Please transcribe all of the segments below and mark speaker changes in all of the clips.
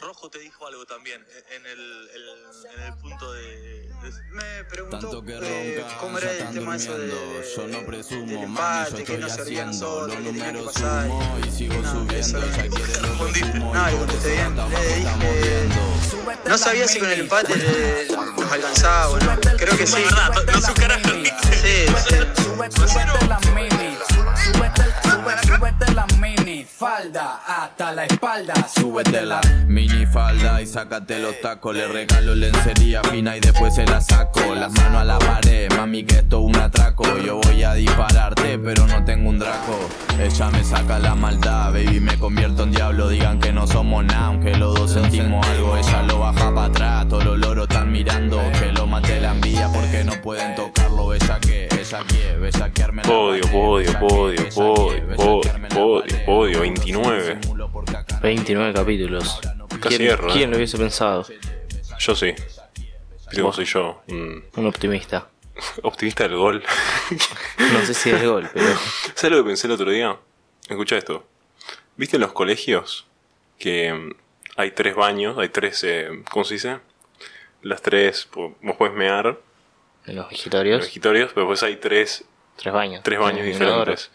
Speaker 1: Rojo te dijo algo también en el, el- en el punto de, de-
Speaker 2: Me preguntó
Speaker 3: Tanto que
Speaker 2: eh,
Speaker 3: roncan,
Speaker 2: cómo
Speaker 3: ya
Speaker 2: era el
Speaker 3: están
Speaker 2: tema eso de,
Speaker 3: durmiendo. Yo no
Speaker 2: del
Speaker 3: presumo, mami, yo
Speaker 2: empate, que
Speaker 3: estoy
Speaker 2: no servían
Speaker 3: haciendo.
Speaker 2: nosotros,
Speaker 3: Los
Speaker 2: que tenían que
Speaker 3: números
Speaker 2: pasar.
Speaker 3: sumo y sigo
Speaker 2: nada, eso
Speaker 3: subiendo.
Speaker 2: era.
Speaker 3: Ella quiere lo que
Speaker 1: Respondiste.
Speaker 3: sumo y
Speaker 2: Nada, y
Speaker 3: por
Speaker 2: contesté
Speaker 3: eso
Speaker 2: bien.
Speaker 3: hasta abajo
Speaker 2: Le eh, dije,
Speaker 3: estamos viendo.
Speaker 2: No sabía si con el empate le- nos alcanzaba o no. Creo que sí.
Speaker 1: Es verdad, no- no sé un carajo.
Speaker 2: Sí, sí.
Speaker 4: Súbete la mini, súbete, súbete, súbete la mini, falda hasta la espalda,
Speaker 3: Súbete la
Speaker 4: súbetela.
Speaker 3: mini falda y sácate los tacos. Le regalo lencería fina y después se la saco. Las manos a la pared, mami, que esto es un atraco. Yo voy a dispararte, pero no tengo un draco. Ella me saca la maldad, baby, me convierto en diablo. Digan que no somos nada, aunque los dos sentimos algo. Ella lo baja para atrás, todos los loros están mirando. Que lo mate la envía porque no pueden tocarlo. Bella que, ella que, bellaquearme la
Speaker 5: Podio,
Speaker 3: pared.
Speaker 5: podio,
Speaker 3: Bella que,
Speaker 5: podio,
Speaker 3: bella que,
Speaker 5: podio,
Speaker 3: bellaquearme la
Speaker 5: podio,
Speaker 3: pared.
Speaker 5: podio, 29.
Speaker 6: 29 capítulos.
Speaker 5: Casi
Speaker 6: ¿Quién,
Speaker 5: erro, eh.
Speaker 6: quién lo hubiese pensado?
Speaker 5: Yo sí. Digo, soy yo. un
Speaker 6: Un optimista.
Speaker 5: optimista del gol.
Speaker 6: No sé si es gol, pero
Speaker 5: ¿Sabes lo que pensé el otro día? Escucha esto. ¿Viste en los colegios que mm, hay tres baños, hay tres, eh, ¿cómo se dice? Las tres, po- vos puedes mear
Speaker 6: en los
Speaker 5: en
Speaker 6: vegetarios,
Speaker 5: vegetarios, pero después hay tres,
Speaker 6: tres baños.
Speaker 5: tres baños
Speaker 6: Un inodoro.
Speaker 5: diferentes.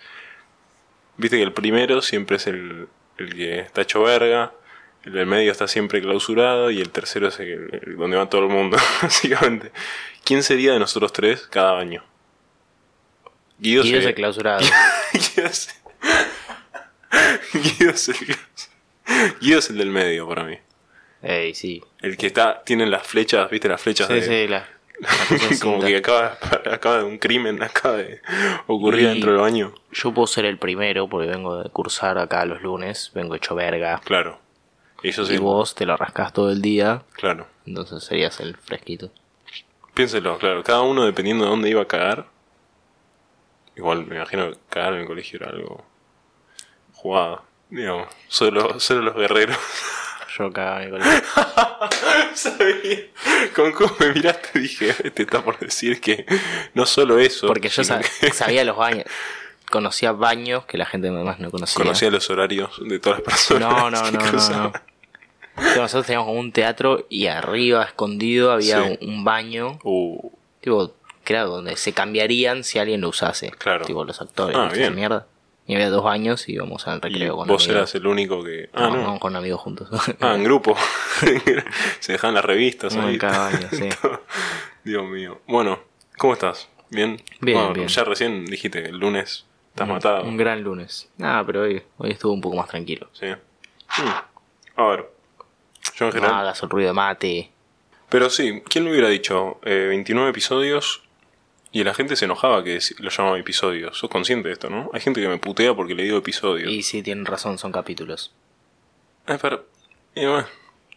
Speaker 5: Viste que el primero siempre es el, el que está hecho verga, el del medio está siempre clausurado y el tercero es el- el donde va todo el mundo, básicamente. ¿Quién sería de nosotros tres cada baño? Guido,
Speaker 6: Guido es
Speaker 5: sería-
Speaker 6: el clausurado.
Speaker 5: Guido es... Guido es el... Guido es el del medio para mí.
Speaker 6: Ey, sí.
Speaker 5: El que está, tiene las flechas, viste las flechas
Speaker 6: Sí,
Speaker 5: de...
Speaker 6: sí, la, la cosa es
Speaker 5: Como
Speaker 6: cinta.
Speaker 5: que acaba, acaba de un crimen, acaba de ocurrir
Speaker 6: Y-
Speaker 5: dentro del baño.
Speaker 6: Yo puedo ser el primero porque vengo de cursar acá los lunes, vengo hecho verga.
Speaker 5: Claro. Y yo
Speaker 6: Y
Speaker 5: soy...
Speaker 6: vos te la rascás todo el día,
Speaker 5: Claro.
Speaker 6: entonces serías el fresquito.
Speaker 5: Piénselo, claro. Cada uno dependiendo de dónde iba a cagar. Igual me imagino que cagar en el colegio era algo... Jugado. Digamos, solo, solo los guerreros.
Speaker 6: Yo cagaba en el colegio.
Speaker 5: sabía. Con cómo me miraste dije, te está por decir que no solo eso.
Speaker 6: Porque yo
Speaker 5: sino
Speaker 6: sab-
Speaker 5: que
Speaker 6: sabía los baños. Conocía baños que la gente más no conocía.
Speaker 5: conocía los horarios de todas las personas.
Speaker 6: ¿eh? No, no,
Speaker 5: que
Speaker 6: no, no,
Speaker 5: cruzaban.
Speaker 6: no. Tipo, Nosotros teníamos como un teatro y arriba, escondido, había
Speaker 5: Sí.
Speaker 6: un, un baño,
Speaker 5: Uh,
Speaker 6: tipo, que era donde se cambiarían si alguien lo usase.
Speaker 5: Claro.
Speaker 6: Tipo, los actores,
Speaker 5: Ah,
Speaker 6: ¿viste?
Speaker 5: bien.
Speaker 6: Esa mierda. Y había dos baños y íbamos al
Speaker 5: y
Speaker 6: recreo con
Speaker 5: vos
Speaker 6: amigos.
Speaker 5: eras el único que. Ah,
Speaker 6: No,
Speaker 5: no.
Speaker 6: no, con amigos juntos.
Speaker 5: Ah, en grupo. Se dejaban las revistas
Speaker 6: Uno en
Speaker 5: ahí.
Speaker 6: cada baño, sí.
Speaker 5: Dios mío. Bueno, ¿cómo estás? ¿Bien?
Speaker 6: Bien,
Speaker 5: Bueno,
Speaker 6: bien.
Speaker 5: Ya recién dijiste, el lunes estás matado.
Speaker 6: Un gran lunes. Ah, pero hoy, hoy estuvo un poco más tranquilo.
Speaker 5: Sí. Mm. A ver. Yo en
Speaker 6: No
Speaker 5: general.
Speaker 6: hagas el ruido de mate.
Speaker 5: Pero sí, ¿quién lo hubiera dicho? Eh, 29 episodios y la gente se enojaba que dec- lo llamaba episodios. Sos consciente de esto, ¿no? Hay gente que me putea porque le digo episodios.
Speaker 6: Y sí, tienen razón, son capítulos.
Speaker 5: Ah, espera. Y bueno,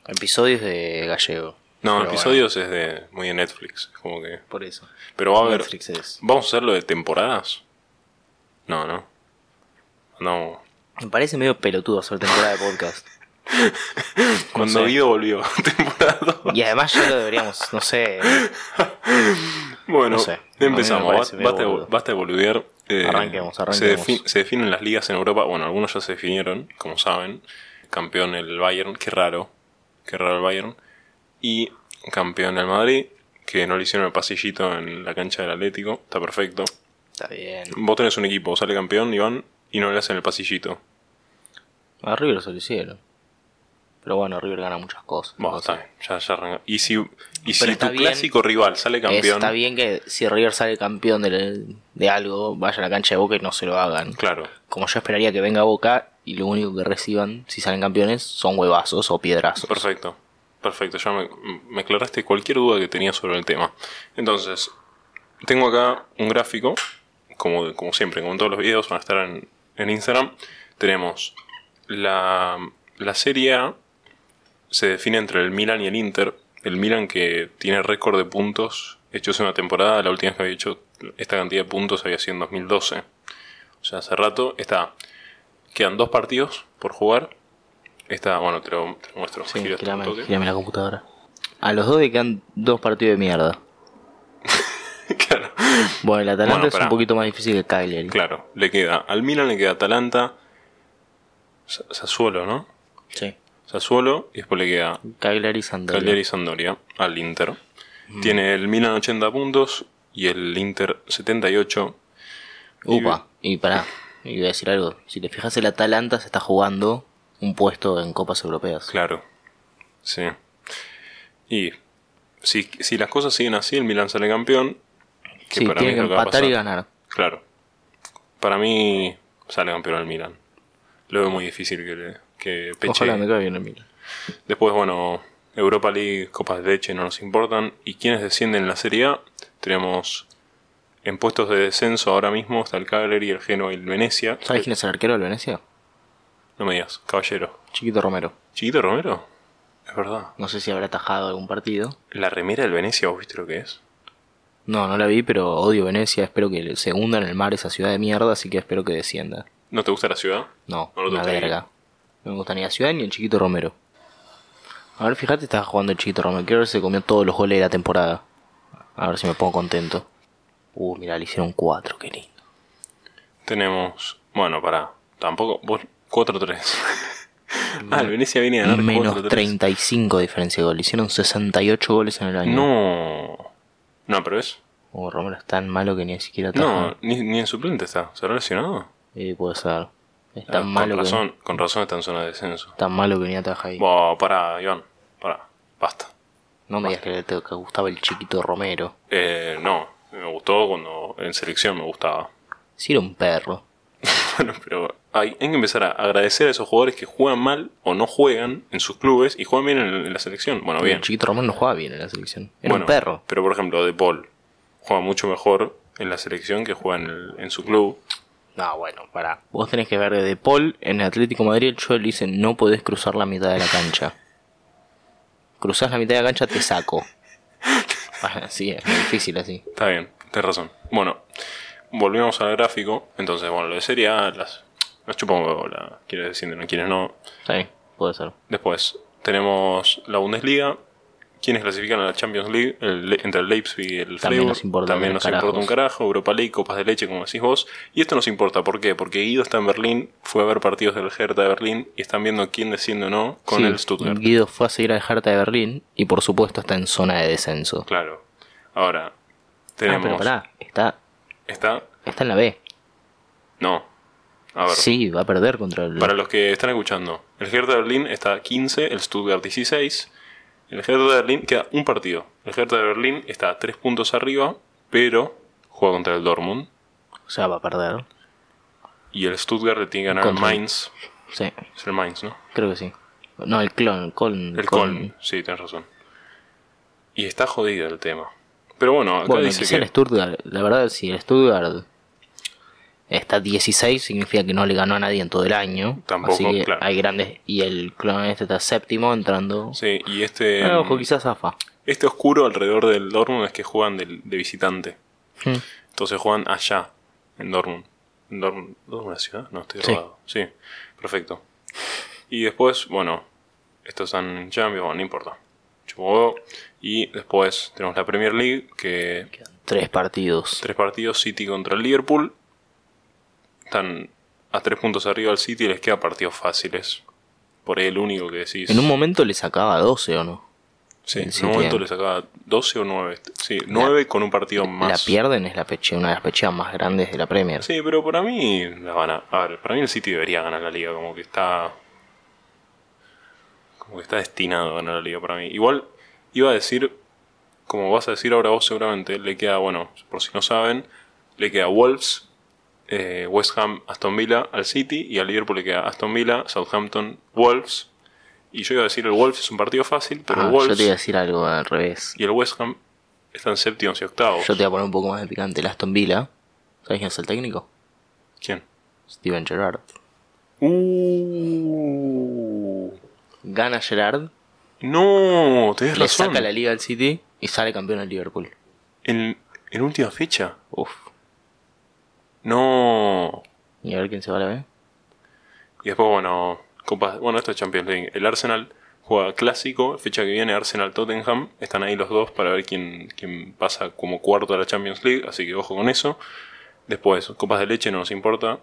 Speaker 6: Episodios de gallego.
Speaker 5: No,
Speaker 6: Pero
Speaker 5: episodios es de muy de Netflix. Como que.
Speaker 6: bueno, por eso.
Speaker 5: Pero va a haber.
Speaker 6: Netflix es.
Speaker 5: ¿Vamos a hacerlo de temporadas? No, no. No.
Speaker 6: Me parece medio pelotudo hacer temporada de podcast.
Speaker 5: Cuando
Speaker 6: sé.
Speaker 5: Guido volvió, temporada dos.
Speaker 6: Y además ya lo deberíamos, no sé,
Speaker 5: Bueno,
Speaker 6: No sé. A mí
Speaker 5: empezamos.
Speaker 6: me
Speaker 5: Ba-
Speaker 6: parece medio
Speaker 5: Basta, de-
Speaker 6: boludo.
Speaker 5: basta de boludear. Eh,
Speaker 6: Arranquemos,
Speaker 5: Se,
Speaker 6: arranquemos.
Speaker 5: defi- se definen las ligas en Europa. Bueno, algunos ya se definieron, como saben. Campeón el Bayern, qué raro. Qué raro el Bayern. Y campeón el Madrid, que no le hicieron el pasillito en la cancha del Atlético. Está perfecto.
Speaker 6: está bien.
Speaker 5: Vos tenés un equipo, sale campeón, Iván, y no le hacen el pasillito.
Speaker 6: A River se lo hicieron. Pero bueno, River gana muchas cosas.
Speaker 5: Bueno,
Speaker 6: entonces-
Speaker 5: está bien, ya, ya arranca. Y si, y si
Speaker 6: está
Speaker 5: tu
Speaker 6: bien.
Speaker 5: clásico rival sale campeón.
Speaker 6: Está bien que si River sale campeón de, de algo, vaya a la cancha de Boca y no se lo hagan.
Speaker 5: Claro,
Speaker 6: Como yo esperaría que venga Boca y lo único que reciban si salen campeones son huevazos o piedrazos.
Speaker 5: perfecto. Perfecto, ya me, me aclaraste cualquier duda que tenía sobre el tema. Entonces, tengo acá un gráfico, como, como siempre, como en todos los videos, van a estar en, en Instagram. Tenemos la, la Serie A, se define entre el Milan y el Inter. El Milan que tiene récord de puntos hechos en una temporada, la última vez que había hecho esta cantidad de puntos había sido en 2012. O sea, hace rato está. Quedan dos partidos por jugar. Está, bueno, te lo, te lo muestro.
Speaker 6: Sí,
Speaker 5: Giro esto un
Speaker 6: girame,
Speaker 5: toque.
Speaker 6: girame la computadora. A los dos le quedan dos partidos de mierda.
Speaker 5: claro.
Speaker 6: Bueno, el Atalanta
Speaker 5: Bueno,
Speaker 6: es un
Speaker 5: pará.
Speaker 6: poquito más difícil que Cagliari.
Speaker 5: Claro, le queda. Al Milan le queda Atalanta. Sa- Sassuolo, ¿no?
Speaker 6: Sí.
Speaker 5: Sassuolo y después le queda
Speaker 6: Cagliari Sampdoria.
Speaker 5: Cagliari y Sampdoria al Inter. Tiene el Milan 80 puntos y el Inter 78.
Speaker 6: Upa, y pará, y voy a decir algo. Si te fijas, el Atalanta se está jugando un puesto en Copas Europeas.
Speaker 5: Claro. Sí. Y si, si las cosas siguen así, el Milan sale campeón. que
Speaker 6: sí,
Speaker 5: para
Speaker 6: tiene
Speaker 5: mí
Speaker 6: que
Speaker 5: es lo va a
Speaker 6: empatar y
Speaker 5: pasar.
Speaker 6: ganar.
Speaker 5: Claro. Para mí sale campeón el Milan. Lo veo muy difícil que, le- que peche.
Speaker 6: Ojalá me caiga bien el Milan.
Speaker 5: Después, bueno, Europa League, Copas de Leche no nos importan. ¿Y quiénes descienden en la Serie A? Tenemos en puestos de descenso ahora mismo está el Cagliari, el Genoa y el Venecia.
Speaker 6: ¿Sabes quién es el arquero del Venecia?
Speaker 5: No me digas, caballero.
Speaker 6: Chiquito Romero.
Speaker 5: ¿Chiquito Romero? Es verdad.
Speaker 6: No sé si habrá atajado algún partido.
Speaker 5: ¿La remera del Venecia vos viste lo que es?
Speaker 6: No, no la vi, pero odio Venecia. Espero que se hunda en el mar esa ciudad de mierda, así que espero que descienda.
Speaker 5: ¿No te gusta la ciudad?
Speaker 6: No,
Speaker 5: No lo
Speaker 6: una
Speaker 5: toqué.
Speaker 6: verga. No me gusta ni la ciudad ni el Chiquito Romero. A ver, fíjate, estaba jugando el Chiquito Romero. Quiero ver si se comió todos los goles de la temporada. A ver si me pongo contento. Uh, mira, le hicieron cuatro, qué lindo.
Speaker 5: Tenemos. Bueno, pará. Tampoco. Vos 4-3. ah, el Venecia viene a ganar
Speaker 6: Menos
Speaker 5: 4-3.
Speaker 6: 35 de diferencia de gol. Le hicieron 68 goles en el año.
Speaker 5: No. No, pero es.
Speaker 6: Uh, Romero es tan malo que ni siquiera ataja.
Speaker 5: No, ni, ni en suplente está. ¿Será lesionado?
Speaker 6: Eh, puede ser. Es
Speaker 5: Ah,
Speaker 6: tan malo
Speaker 5: con,
Speaker 6: que.
Speaker 5: razón, con razón está en zona de descenso.
Speaker 6: Tan malo que ni ataja ahí.
Speaker 5: Buah, pará, Iván. Pará. Basta.
Speaker 6: No me digas que le te que gustaba el chiquito Romero.
Speaker 5: Eh, no. Me gustó cuando en selección me gustaba.
Speaker 6: Si era un perro.
Speaker 5: Bueno, pero hay, hay que empezar a agradecer a esos jugadores que juegan mal o no juegan en sus clubes y juegan bien en, en la selección. Bueno, bien.
Speaker 6: El chiquito Romero no jugaba bien en la selección. Era
Speaker 5: bueno,
Speaker 6: un perro.
Speaker 5: Pero por ejemplo, De Paul juega mucho mejor en la selección que juega en, el- en su club.
Speaker 6: No, bueno, pará. Vos tenés que ver de Paul en el Atlético de Madrid. Yo le dice: No podés cruzar la mitad de la cancha. Cruzás la mitad de la cancha, te saco. Así es muy difícil así.
Speaker 5: Está bien, tenés razón. Bueno, volvemos al gráfico. Entonces, bueno, lo de Serie A, las, las chupamos la quienes descienden o quienes no.
Speaker 6: Sí, puede ser.
Speaker 5: Después tenemos la Bundesliga. Quienes clasifican a la Champions League El Le- entre el Leipzig y el
Speaker 6: También
Speaker 5: Freiburg.
Speaker 6: nos importa
Speaker 5: también
Speaker 6: un
Speaker 5: nos importa un
Speaker 6: carajos.
Speaker 5: carajo. Europa League, copas de leche, como decís vos. Y esto nos importa, ¿por qué? Porque Guido está en Berlín, fue a ver partidos del Hertha de Berlín y están viendo quién desciende o no con
Speaker 6: Sí,
Speaker 5: el Stuttgart.
Speaker 6: Guido fue a seguir al Hertha de Berlín y por supuesto está en zona de descenso.
Speaker 5: Claro. Ahora,
Speaker 6: Ah,
Speaker 5: tenemos.
Speaker 6: pero pará, está,
Speaker 5: Está.
Speaker 6: está en la B.
Speaker 5: No. A ver.
Speaker 6: Sí, va a perder contra el.
Speaker 5: Para los que están escuchando, el Hertha de Berlín está 15, el Stuttgart 16. El Hertha de Berlín queda un partido. El Hertha de Berlín está a 3 puntos arriba, pero juega contra el Dortmund.
Speaker 6: O sea, va a perder.
Speaker 5: Y el Stuttgart le tiene que ganar al
Speaker 6: Contra.
Speaker 5: Mainz.
Speaker 6: Sí.
Speaker 5: Es el Mainz, ¿no?
Speaker 6: Creo que sí. No, el clon, el clon.
Speaker 5: El Colm. Sí, tienes razón. Y está jodido el tema. Pero bueno, acá
Speaker 6: Bueno,
Speaker 5: dice
Speaker 6: quizá el
Speaker 5: que.
Speaker 6: Stuttgart. La verdad, si el Stuttgart está 16, significa que no le ganó a nadie en todo el año.
Speaker 5: Tampoco,
Speaker 6: Así que
Speaker 5: claro.
Speaker 6: hay grandes. Y el clon este está séptimo entrando.
Speaker 5: Sí, y este.
Speaker 6: Ah, ojo, quizás zafa.
Speaker 5: Este oscuro alrededor del Dortmund es que juegan del- de visitante.
Speaker 6: Hmm.
Speaker 5: Entonces juegan allá, en Dortmund. ¿En Dortmund, ¿Dortmund es una ciudad? No, estoy
Speaker 6: Sí.
Speaker 5: robado. Sí, perfecto. Y después, bueno, estos están en Champions, bueno, no importa. Chupo huevo. Y después tenemos la Premier League, que
Speaker 6: Tres partidos.
Speaker 5: tres partidos, City contra el Liverpool. Están a tres puntos arriba del City y les queda partidos fáciles. Por ahí el único que decís.
Speaker 6: En un momento le sacaba 12, ¿o no?
Speaker 5: Sí, en
Speaker 6: City,
Speaker 5: un momento
Speaker 6: eh.
Speaker 5: le sacaba 12 o 9. Sí, 9 con un partido más.
Speaker 6: La pierden, es la peche, una de las pecheas más grandes de la Premier.
Speaker 5: Sí, pero para mí la van a. A ver, para mí el City debería ganar la liga, como que está. Como que está destinado a ganar la liga para mí. Igual iba a decir, como vas a decir ahora vos seguramente, le queda, bueno, por si no saben, le queda Wolves, eh, West Ham, Aston Villa al City y al Liverpool le queda Aston Villa, Southampton, Wolves. Y yo iba a decir el Wolves es un partido fácil, pero
Speaker 6: Ah,
Speaker 5: el
Speaker 6: yo
Speaker 5: Wolves
Speaker 6: te iba a decir algo al revés.
Speaker 5: y el West Ham están séptimos y octavos.
Speaker 6: Yo te voy a poner un poco más de picante. El Aston Villa. ¿Sabes quién es el técnico?
Speaker 5: ¿Quién?
Speaker 6: Steven Gerrard.
Speaker 5: Uh.
Speaker 6: Gana Gerrard,
Speaker 5: No, tenés
Speaker 6: le
Speaker 5: razón.
Speaker 6: saca la liga al City y sale campeón el Liverpool.
Speaker 5: En, en última fecha.
Speaker 6: Uf.
Speaker 5: No.
Speaker 6: Y a ver quién se va a la B.
Speaker 5: Y después, bueno, copas- bueno, esto es Champions League. El Arsenal juega clásico, fecha que viene Arsenal-Tottenham. Están ahí los dos para ver quién, quién pasa como cuarto a la Champions League, así que ojo con eso. Después, copas de leche no nos importa.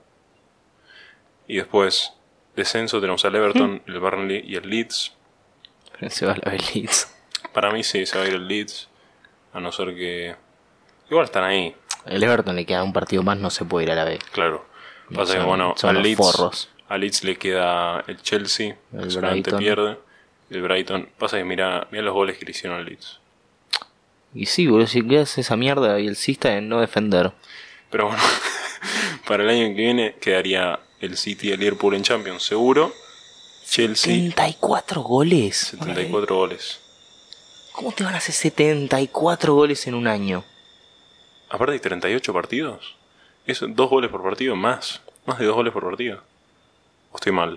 Speaker 5: Y después, descenso tenemos al Everton, el Burnley y el Leeds.
Speaker 6: Se va la Beliz.
Speaker 5: Para mí sí, se va a ir el Leeds. A no ser que... Igual están ahí,
Speaker 6: El Everton le queda un partido más, no se puede ir a la B.
Speaker 5: claro. Pasa
Speaker 6: Son-
Speaker 5: que bueno,
Speaker 6: son
Speaker 5: al
Speaker 6: los
Speaker 5: Leeds,
Speaker 6: forros.
Speaker 5: a Leeds le queda el Chelsea,
Speaker 6: El
Speaker 5: que seguramente
Speaker 6: Brighton.
Speaker 5: pierde. El Brighton. Pasa que mira, mira los goles que le hicieron al Leeds.
Speaker 6: Y sí, boludo, si quedas esa mierda y el cista en no defender.
Speaker 5: Pero bueno, para el año que viene quedaría el City y el Liverpool en Champions, seguro. Chelsea,
Speaker 6: 74 goles.
Speaker 5: 74 goles.
Speaker 6: ¿Cómo te van a hacer 74 goles en un año?
Speaker 5: Aparte hay 38 partidos. Es dos goles por partido, más. Más de dos goles por partido. O estoy mal.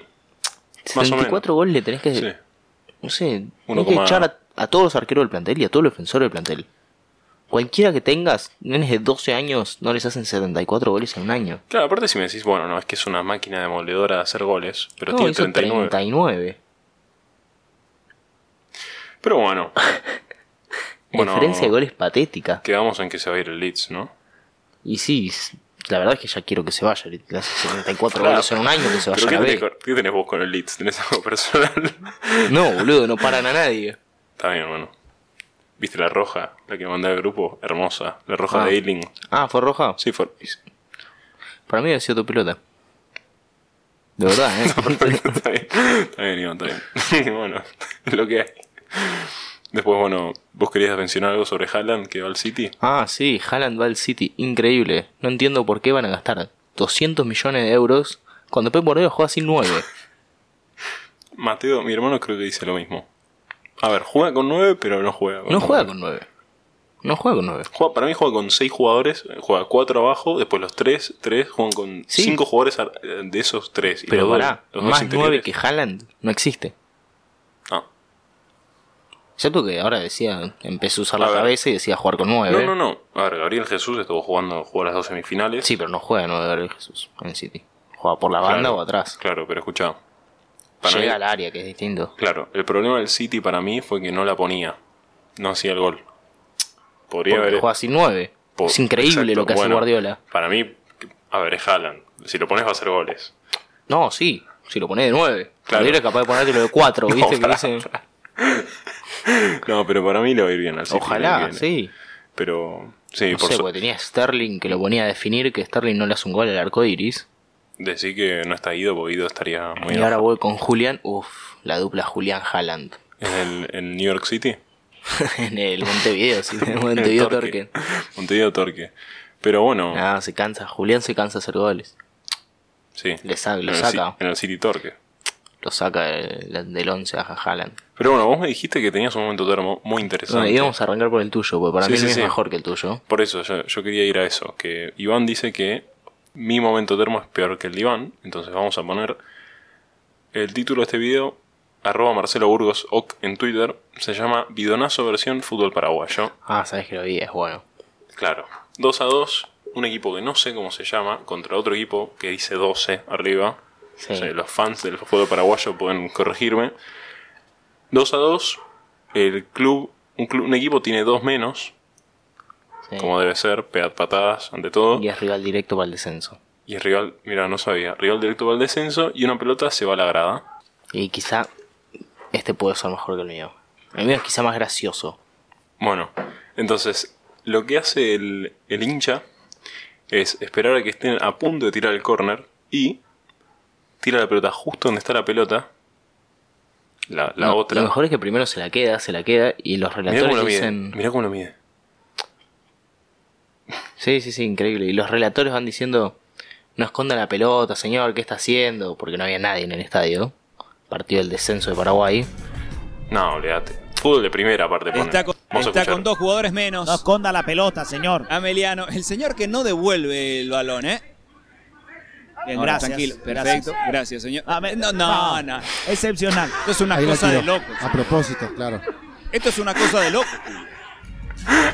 Speaker 5: Más o menos.
Speaker 6: 74 goles le tenés que.
Speaker 5: Sí.
Speaker 6: No sé,
Speaker 5: Uno
Speaker 6: tenés que
Speaker 5: coma-
Speaker 6: echar a, a todos los arqueros del plantel y a todos los defensores del plantel. Cualquiera que tengas, nenes de 12 años, no les hacen 74 goles en un año.
Speaker 5: Claro, aparte si me decís, bueno, no, es que es una máquina demoledora de hacer goles, pero
Speaker 6: No,
Speaker 5: tiene
Speaker 6: hizo
Speaker 5: 39.
Speaker 6: 39.
Speaker 5: Pero bueno.
Speaker 6: La diferencia de goles patética.
Speaker 5: Quedamos en que se va a ir el Leeds, ¿no?
Speaker 6: Y sí, s- la verdad es que ya quiero que se vaya. Le hace 74
Speaker 5: Claro.
Speaker 6: goles en un año que se
Speaker 5: ¿Pero
Speaker 6: vaya a
Speaker 5: qué,
Speaker 6: la
Speaker 5: tenés,
Speaker 6: B.
Speaker 5: con- qué tenés vos con el Leeds? ¿Tenés algo personal?
Speaker 6: No, boludo, no paran a nadie.
Speaker 5: Está bien, hermano. ¿Viste la roja? La que mandé al grupo. Hermosa. La roja
Speaker 6: Ah.
Speaker 5: de Ealing.
Speaker 6: Ah, ¿fue roja?
Speaker 5: Sí, fue.
Speaker 6: Para mí había sido tu pelota. De verdad, ¿eh?
Speaker 5: está bien, está bien, Iván, está bien. bueno, es lo que hay. Después, bueno, vos querías mencionar algo sobre Haaland que va al City.
Speaker 6: ah, sí, Haaland va al City. Increíble. No entiendo por qué van a gastar 200 millones de euros cuando Pep Guardiola juega sin 9.
Speaker 5: Mateo, mi hermano, creo que dice lo mismo. A ver, juega con 9, pero no juega. Con
Speaker 6: No
Speaker 5: nueve.
Speaker 6: juega con 9. No juega con 9.
Speaker 5: Juega- para mí juega con 6 jugadores, juega 4 abajo, después los 3, 3 juegan con
Speaker 6: Sí.
Speaker 5: 5 jugadores ar- de esos 3.
Speaker 6: Pero pará,
Speaker 5: los
Speaker 6: más 9
Speaker 5: interiores. Ah.
Speaker 6: que Haaland no existe.
Speaker 5: No.
Speaker 6: Cierto que ahora decía, empezó a usar
Speaker 5: A
Speaker 6: la
Speaker 5: ver.
Speaker 6: cabeza y decía jugar con 9.
Speaker 5: no, no, no. A ver, Gabriel Jesús estuvo jugando, jugó las dos semifinales.
Speaker 6: Sí, pero no juega 9 Gabriel Jesús en el City. Juega por la banda
Speaker 5: Claro,
Speaker 6: o atrás.
Speaker 5: Claro, pero escucha. para
Speaker 6: Llega
Speaker 5: mí-
Speaker 6: al área, que es distinto.
Speaker 5: Claro, el problema del City para mí fue que no la ponía. No hacía el gol. Podría
Speaker 6: Porque
Speaker 5: haber.
Speaker 6: juega sin 9.
Speaker 5: po-
Speaker 6: es increíble
Speaker 5: eh. exacto,
Speaker 6: lo que hace
Speaker 5: bueno,
Speaker 6: Guardiola.
Speaker 5: Para mí, a ver, es Haaland. Si lo pones va a hacer goles.
Speaker 6: No, sí, si lo pones de 9.
Speaker 5: Claro.
Speaker 6: Guardiola es capaz de ponértelo de 4, ¿viste? que
Speaker 5: pará,
Speaker 6: dicen,
Speaker 5: No, pero para mí le va a ir bien al City. el año
Speaker 6: Ojalá,
Speaker 5: que viene.
Speaker 6: sí.
Speaker 5: Pero, sí,
Speaker 6: No
Speaker 5: por
Speaker 6: sé,
Speaker 5: su-
Speaker 6: porque tenía a Sterling que lo ponía a definir, que Sterling no le hace un gol al arco iris.
Speaker 5: decir que no está Ido, porque Ido estaría muy
Speaker 6: y ahora voy con Julián. Uf, la dupla Julián Haaland.
Speaker 5: en, el, en New York City.
Speaker 6: en el Montevideo, sí, en el
Speaker 5: En
Speaker 6: Montevideo
Speaker 5: Torque.
Speaker 6: Torque.
Speaker 5: Montevideo Torque. Pero bueno,
Speaker 6: Ah, se cansa, Julián se cansa de hacer goles.
Speaker 5: Eh, sí.
Speaker 6: le sa- lo
Speaker 5: en el
Speaker 6: saca.
Speaker 5: Ci- en el City Torque.
Speaker 6: Lo saca del, del 11 a Haaland.
Speaker 5: Pero bueno, vos me dijiste que tenías un momento termo muy interesante.
Speaker 6: Bueno, íbamos a arrancar por el tuyo, porque para
Speaker 5: Sí,
Speaker 6: mí el
Speaker 5: sí,
Speaker 6: mío
Speaker 5: sí.
Speaker 6: es mejor que el tuyo.
Speaker 5: Por eso, yo, yo quería ir a eso. Que Iván dice que mi momento termo es peor que el de Iván. Entonces vamos a poner el título de este video. Arroba Marcelo Burgos Oc en Twitter. Se llama Bidonazo versión fútbol paraguayo.
Speaker 6: Ah, sabes que lo vi, es bueno.
Speaker 5: Claro. 2 a 2. Un equipo que no sé cómo se llama. Contra otro equipo que dice 12 arriba.
Speaker 6: Sí.
Speaker 5: O sea, los fans del fútbol paraguayo pueden corregirme. 2 a 2. El club, un, club, un equipo tiene dos menos.
Speaker 6: sí.
Speaker 5: Como debe ser. Pead patadas ante todo.
Speaker 6: Y es rival directo para el descenso.
Speaker 5: Y es rival, mira, no sabía. Rival directo para el descenso y una pelota se va a la grada.
Speaker 6: Y quizá este puede ser mejor que el mío. El mío es quizá más gracioso.
Speaker 5: Bueno, entonces lo que hace el, el hincha es esperar a que estén a punto de tirar el córner y tira la pelota justo donde está la pelota. La, la
Speaker 6: No,
Speaker 5: otra.
Speaker 6: Lo mejor es que primero se la queda, se la queda y los
Speaker 5: Mirá cómo
Speaker 6: relatores
Speaker 5: lo mide.
Speaker 6: dicen...
Speaker 5: Mirá cómo lo mide.
Speaker 6: Sí, sí, sí, increíble. Y los relatores van diciendo, no esconda la pelota, señor, ¿qué está haciendo? Porque no había nadie en el estadio. Partido del descenso de Paraguay.
Speaker 5: No, olvídate. Fútbol de primera parte. pone.
Speaker 7: Está, con,
Speaker 5: Vamos a
Speaker 7: está
Speaker 5: escuchar.
Speaker 7: con dos jugadores menos.
Speaker 8: No esconda la pelota, señor.
Speaker 7: Ameliano, el señor que no devuelve el balón, ¿eh?
Speaker 8: Bien,
Speaker 7: Ahora,
Speaker 8: gracias.
Speaker 7: Tranquilo,
Speaker 8: Gracias.
Speaker 7: perfecto. Gracias, señor.
Speaker 8: Ah, me-
Speaker 7: no, no, no.
Speaker 8: no. Excepcional.
Speaker 7: Esto es una
Speaker 9: Ahí la
Speaker 7: cosa de
Speaker 9: tiró.
Speaker 7: locos.
Speaker 9: A propósito, claro.
Speaker 7: Esto es una cosa de locos.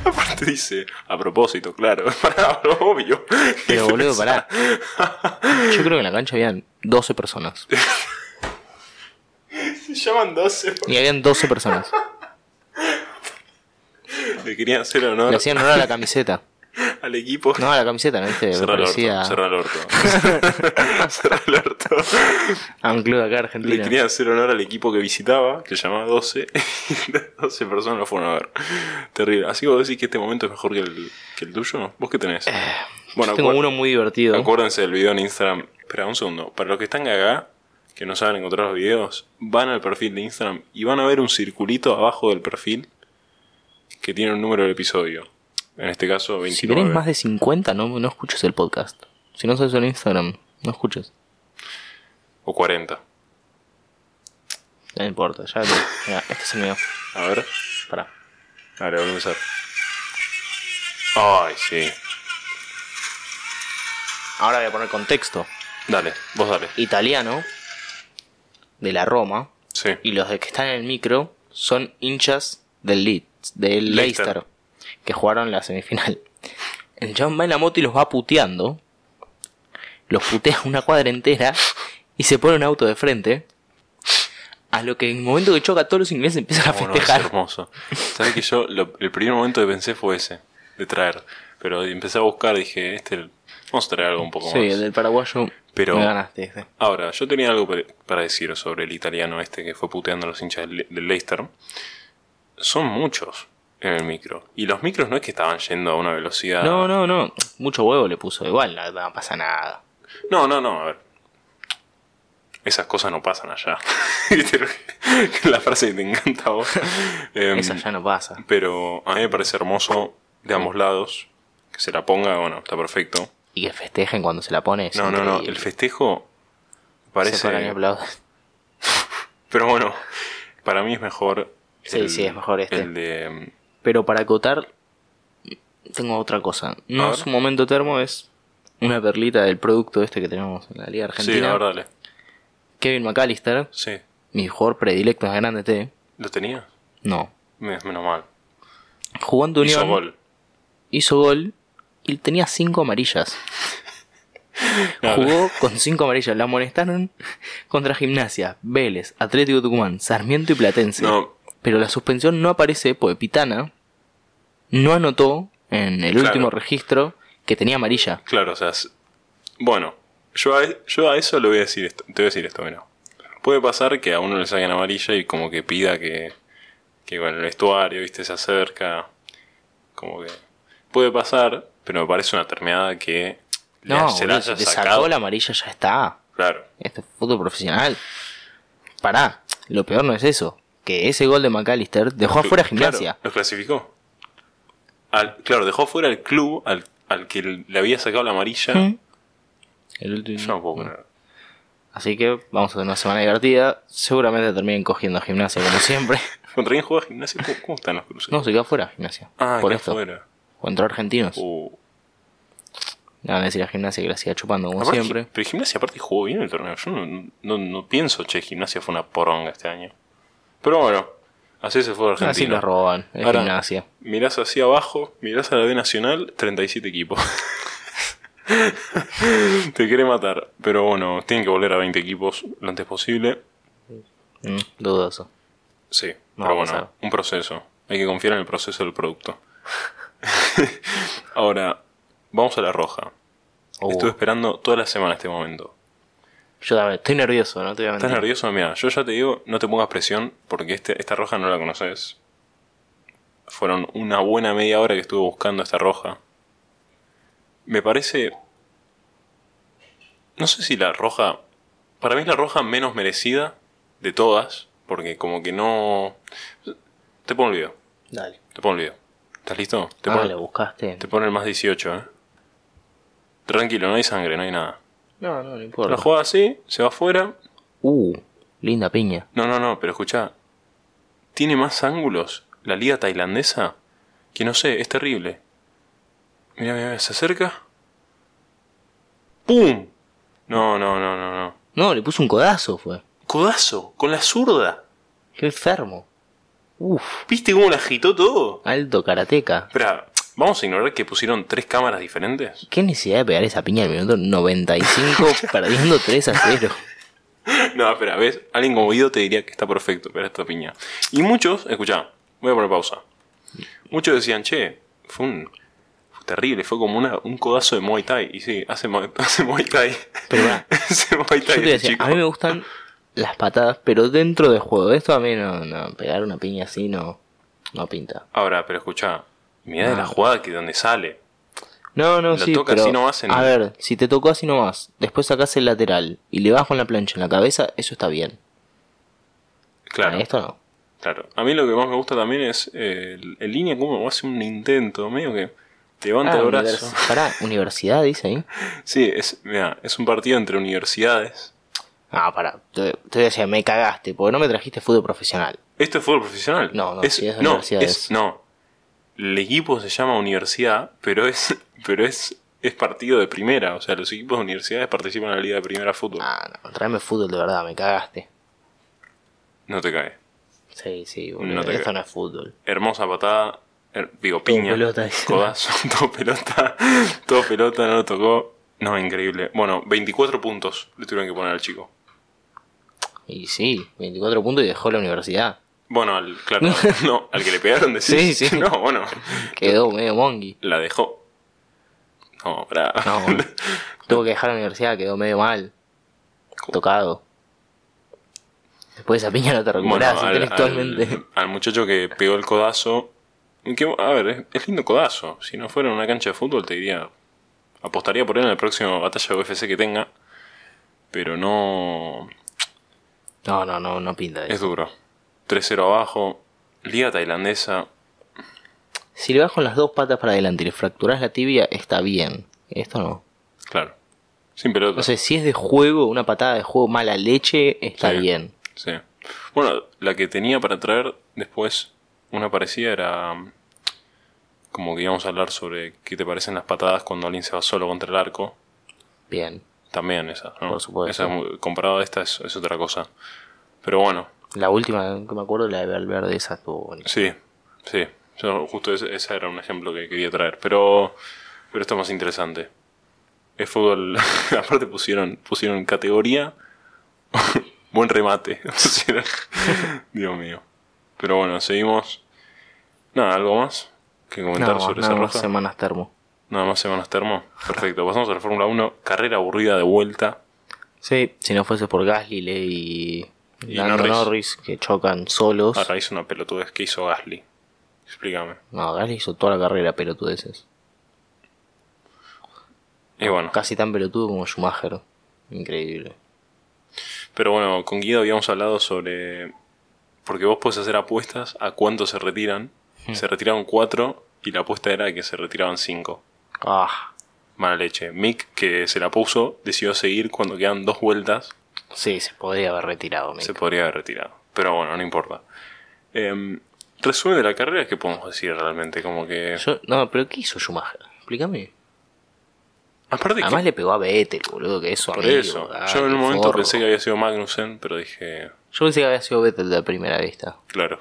Speaker 5: Aparte dice, a propósito, claro. Para obvio.
Speaker 6: Pero boludo, pará. Yo creo que en la cancha habían 12 personas.
Speaker 5: Se llaman 12.
Speaker 6: Y habían 12 personas.
Speaker 5: Le querían hacer honor.
Speaker 6: Le hacían honor a la camiseta.
Speaker 5: al equipo.
Speaker 6: No, la camiseta, ¿no viste? Me
Speaker 5: Cerra el
Speaker 6: parecía
Speaker 5: orto. Cerra el orto. Cerra el orto.
Speaker 6: a un club de acá
Speaker 5: Le
Speaker 6: argentino.
Speaker 5: querían hacer honor al equipo que visitaba, que se llamaba 12. y las 12 personas lo fueron a ver. Terrible. Así que vos decís que este momento es mejor que el, que el tuyo. ¿Vos qué tenés?
Speaker 6: Yo Eh, tengo
Speaker 5: acuer-
Speaker 6: uno muy divertido.
Speaker 5: Acuérdense del video en Instagram. Espera un segundo. Para los que están acá, que no saben encontrar los videos, van al perfil de Instagram y van a ver un circulito abajo del perfil que tiene un número del episodio. En este caso, 29.
Speaker 6: Si tenés más de 50, no, no escuches el podcast. Si no sabes en Instagram, no escuches.
Speaker 5: O 40.
Speaker 6: No importa, ya. lo- Mira, este es el mío.
Speaker 5: A ver.
Speaker 6: Pará.
Speaker 5: Dale, volvemos a empezar. Ay, sí.
Speaker 6: Ahora voy a poner contexto.
Speaker 5: Dale, vos dale.
Speaker 6: Italiano, de la Roma,
Speaker 5: Sí.
Speaker 6: y los de que están en el micro son hinchas del Leeds, del
Speaker 5: Leicester.
Speaker 6: Leicester, que jugaron la semifinal. El John va en la moto y los va puteando. Los putea una cuadra entera y se pone un auto de frente. A lo que en el momento que choca, todos los ingleses empiezan a
Speaker 5: No, no, es
Speaker 6: festejar.
Speaker 5: hermoso. Sabes que yo, lo- el primer momento que pensé fue ese, de traer. Pero empecé a buscar, dije, este, vamos a traer algo un poco
Speaker 6: sí,
Speaker 5: más.
Speaker 6: el del paraguayo.
Speaker 5: Pero-
Speaker 6: Me ganaste. sí.
Speaker 5: Ahora, yo tenía algo para- para decir sobre el italiano este que fue puteando a los hinchas del Le- del Leicester. Son muchos en el micro. Y los micros no es que estaban yendo a una velocidad.
Speaker 6: No, no, no. Mucho huevo le puso. Igual, no, no pasa nada.
Speaker 5: No, no, no, a ver. Esas cosas no pasan allá. ¿Viste lo que- La frase que te encanta a vos. Em,
Speaker 6: Eso ya no pasa.
Speaker 5: Pero a mí me parece hermoso de ambos lados. Que se la ponga, bueno, está perfecto.
Speaker 6: Y que festejen cuando se la pone. es
Speaker 5: No, no, no.
Speaker 6: increíble.
Speaker 5: El festejo
Speaker 6: Se paran y
Speaker 5: parece.
Speaker 6: aplauden.
Speaker 5: Pero bueno, para mí es mejor.
Speaker 6: Sí, sí, es mejor este.
Speaker 5: El de. em,
Speaker 6: Pero para acotar, tengo otra cosa.
Speaker 5: A
Speaker 6: No
Speaker 5: ver.
Speaker 6: es un momento termo, es una perlita del producto este que tenemos en la Liga Argentina.
Speaker 5: Sí, la verdad, dale.
Speaker 6: Kevin McAllister,
Speaker 5: Sí.
Speaker 6: mi jugador predilecto en Grande T,
Speaker 5: ¿Lo tenía?
Speaker 6: no.
Speaker 5: Me- Menos mal.
Speaker 6: Jugando Unión,
Speaker 5: Hizo gol.
Speaker 6: hizo gol y tenía cinco amarillas. Jugó con cinco amarillas. La amonestaron contra Gimnasia, Vélez, Atlético Tucumán, Sarmiento y Platense.
Speaker 5: No.
Speaker 6: Pero la suspensión no aparece porque Pitana no anotó en el
Speaker 5: Claro.
Speaker 6: último registro que tenía amarilla.
Speaker 5: Claro, o sea, s- bueno, yo a, e, yo a eso le voy a decir esto, te voy a decir esto, mira. Puede pasar que a uno le saquen amarilla y como que pida que, que bueno, el vestuario, viste, se acerca, como que... Puede pasar, pero me parece una terminada que le-
Speaker 6: No,
Speaker 5: se la
Speaker 6: boludo, si
Speaker 5: haya
Speaker 6: te
Speaker 5: sacado.
Speaker 6: sacó la amarilla ya está.
Speaker 5: Claro,
Speaker 6: Este es fútbol profesional. Pará, lo peor no es eso. Que ese gol de McAllister dejó afuera a Gimnasia.
Speaker 5: Claro, los clasificó. Al- claro, dejó fuera al club al, al que le había sacado la amarilla.
Speaker 6: Mm. El último-
Speaker 5: Yo no puedo creer.
Speaker 6: Así que vamos a tener una semana divertida. Seguramente terminen cogiendo a Gimnasia como siempre.
Speaker 5: ¿Contra quién juega gimnasia? ¿Cómo, cómo están los cruces?
Speaker 6: No, se quedó afuera Gimnasia.
Speaker 5: ah,
Speaker 6: por
Speaker 5: queda
Speaker 6: esto.
Speaker 5: fuera.
Speaker 6: Contra argentinos.
Speaker 5: Uh.
Speaker 6: Le van a decir a Gimnasia que la siga chupando como
Speaker 5: Aparte,
Speaker 6: siempre.
Speaker 5: gi- Pero Gimnasia aparte jugó bien el torneo. Yo no, no- no pienso, che, Gimnasia fue una poronga este año. Pero bueno, así se fue Argentina.
Speaker 6: Así la roban. Es
Speaker 5: Ahora,
Speaker 6: Gimnasia.
Speaker 5: Mirás hacia abajo, mirás a la B Nacional, 37 equipos. Te quiere matar. Pero bueno, tienen que volver a 20 equipos lo antes posible.
Speaker 6: Mm, dudoso.
Speaker 5: Sí,
Speaker 6: No va
Speaker 5: pero
Speaker 6: a
Speaker 5: bueno,
Speaker 6: pasar.
Speaker 5: un proceso. Hay que confiar en el proceso del producto. Ahora, vamos a la roja.
Speaker 6: Uh,
Speaker 5: Estuve esperando toda la semana este momento.
Speaker 6: yo también estoy nervioso, no te voy a mentir.
Speaker 5: ¿Estás nervioso? Mira, yo ya te digo, no te pongas presión porque este, esta roja no la conoces. Fueron una buena media hora que estuve buscando esta roja. Me parece... No sé si la roja... Para mí es la roja menos merecida de todas, porque como que no... Te pongo el video,
Speaker 6: Dale.
Speaker 5: te pongo el video. ¿Estás listo? Te
Speaker 6: Ah,
Speaker 5: pongo-
Speaker 6: la buscaste.
Speaker 5: te pone el más 18, ¿eh? Tranquilo, no hay sangre, no hay nada.
Speaker 6: No, no, no
Speaker 5: La
Speaker 6: importa.
Speaker 5: juega así, se va afuera,
Speaker 6: Uh, linda piña.
Speaker 5: No, no, no, pero escucha. Tiene más ángulos la liga tailandesa que no sé, es terrible. Mira, mira, se acerca. ¡Pum! No, no, no, no, no.
Speaker 6: No, le puso un codazo, fue.
Speaker 5: Codazo, con la zurda.
Speaker 6: Qué enfermo. Uf,
Speaker 5: ¿Viste cómo la agitó todo?
Speaker 6: alto karateca.
Speaker 5: Espera, vamos a ignorar que pusieron tres cámaras diferentes.
Speaker 6: ¿Qué necesidad de pegar esa piña al minuto 95 perdiendo 3 a 0?
Speaker 5: No, espera, ves, alguien conmovido te diría que está perfecto, pero esta piña. Y muchos, escucha, voy a poner pausa. Muchos decían, che, fue un. terrible. Fue como una, un codazo de Muay Thai. Y sí, hace, Muay- hace Muay Thai.
Speaker 6: Pero pará.
Speaker 5: hace Muay
Speaker 6: Yo
Speaker 5: Thai
Speaker 6: te voy a
Speaker 5: el
Speaker 6: decir,
Speaker 5: chico.
Speaker 6: a mí me gustan las patadas, pero dentro del juego. Esto a mí no, no, pegar una piña así no, no pinta.
Speaker 5: Ahora, pero escucha, mirá de la
Speaker 6: Ah.
Speaker 5: jugada que donde sale.
Speaker 6: No, no,
Speaker 5: Lo
Speaker 6: sí,
Speaker 5: toca
Speaker 6: pero,
Speaker 5: así nomás en-
Speaker 6: a ver, si te tocó así nomás, después sacas el lateral y le vas con la plancha en la cabeza, eso está bien.
Speaker 5: Claro,
Speaker 6: Ah, Esto no.
Speaker 5: claro. A mí lo que más me gusta también es eh, el, el línea como hace un intento, medio que levanta
Speaker 6: Ah,
Speaker 5: el
Speaker 6: univers-
Speaker 5: brazo.
Speaker 6: Pará, universidad dice ahí.
Speaker 5: Sí, es, mirá, es un partido entre universidades.
Speaker 6: Ah, pará, te, te voy a decir, me cagaste, porque no me trajiste fútbol profesional.
Speaker 5: Esto es fútbol profesional.
Speaker 6: No, no,
Speaker 5: es,
Speaker 6: sí, es de
Speaker 5: no,
Speaker 6: universidades.
Speaker 5: es- no. El equipo se llama universidad, pero es, pero es, es partido de primera. O sea, los equipos de universidades participan en la liga de primera fútbol.
Speaker 6: Ah, no, tráeme fútbol de verdad, me cagaste.
Speaker 5: No te cae.
Speaker 6: Sí, sí,
Speaker 5: No
Speaker 6: boludo,
Speaker 5: te
Speaker 6: esto
Speaker 5: creo.
Speaker 6: no es fútbol.
Speaker 5: Hermosa patada. her- digo, piña.
Speaker 6: pelota, dice.
Speaker 5: codazo, todo pelota. Todo pelota, no lo tocó. No, increíble. Bueno, 24 puntos le tuvieron que poner al chico.
Speaker 6: Y sí, 24 puntos y dejó la universidad.
Speaker 5: Bueno, al, claro, no, al que le pegaron decís.
Speaker 6: Sí, sí.
Speaker 5: No, bueno,
Speaker 6: Quedó medio mongi.
Speaker 5: la dejó. No, pará.
Speaker 6: No, boludo. tuvo que dejar la universidad, quedó medio mal. Tocado. Después de esa piña no te
Speaker 5: Bueno,
Speaker 6: recuperás
Speaker 5: al-
Speaker 6: intelectualmente.
Speaker 5: Al, al muchacho que pegó el codazo. que, a ver, es, es lindo codazo. Si no fuera en una cancha de fútbol, te diría. Apostaría por él en la próxima batalla de UFC que tenga. Pero no.
Speaker 6: No, no, no, no pinta
Speaker 5: Es
Speaker 6: eso.
Speaker 5: duro. 3-0 abajo. Liga tailandesa.
Speaker 6: Si le vas con las dos patas para adelante y le fracturás la tibia, está bien. Esto no.
Speaker 5: Claro. Sin pelota.
Speaker 6: No sé, si es de juego, una patada de juego mala leche, está
Speaker 5: Sí.
Speaker 6: bien.
Speaker 5: Sí. Bueno, la que tenía para traer después, una parecida era mm, como que íbamos a hablar sobre qué te parecen las patadas cuando alguien se va solo contra el arco.
Speaker 6: Bien.
Speaker 5: También esa, ¿no?
Speaker 6: Por supuesto.
Speaker 5: Esa es muy- comparado a esta es, es otra cosa. Pero bueno,
Speaker 6: La última que me acuerdo, la de Valverde, esa estuvo bonita.
Speaker 5: sí, sí. Yo justo ese, ese era un ejemplo que quería traer. Pero, pero esto es más interesante. Es fútbol. Aparte pusieron, pusieron categoría. Buen remate. Pusieron- Dios mío. Pero bueno, seguimos. Nada, ¿algo más? ¿Que comentar
Speaker 6: No,
Speaker 5: sobre
Speaker 6: no,
Speaker 5: esa
Speaker 6: no,
Speaker 5: roja?
Speaker 6: semanas termo.
Speaker 5: Nada más semanas termo. Perfecto. Pasamos a la Fórmula 1. Carrera aburrida de vuelta.
Speaker 6: Sí, si no fuese por Gasly Ley y,
Speaker 5: Y
Speaker 6: Lando
Speaker 5: Norris.
Speaker 6: Norris. que chocan solos.
Speaker 5: Ahora hizo una pelotudez que hizo Gasly. Explícame.
Speaker 6: No, Gasly hizo toda la carrera pelotudeces.
Speaker 5: Y bueno,
Speaker 6: Casi tan pelotudo como Schumacher. Increíble.
Speaker 5: pero bueno, con Guido habíamos hablado sobre. Porque vos podés hacer apuestas a cuánto se retiran.
Speaker 6: Hmm.
Speaker 5: Se retiraron cuatro y la apuesta era que se retiraban cinco.
Speaker 6: Ah,
Speaker 5: Mala leche. Mick, que se la puso, decidió seguir cuando quedan dos vueltas.
Speaker 6: sí, se podría haber retirado. Mick.
Speaker 5: Se podría haber retirado. Pero bueno, no importa. Em, resumen de la carrera, ¿qué podemos decir realmente? Como que.
Speaker 6: Yo- no, pero ¿qué hizo Schumacher? Explícame.
Speaker 5: Aparte,
Speaker 6: Además ah,
Speaker 5: que-
Speaker 6: le pegó a Vettel, boludo, que eso
Speaker 5: por eso. Yo en un momento pensé que había sido Magnussen, pero dije.
Speaker 6: Yo pensé que había sido Vettel de primera vista.
Speaker 5: Claro.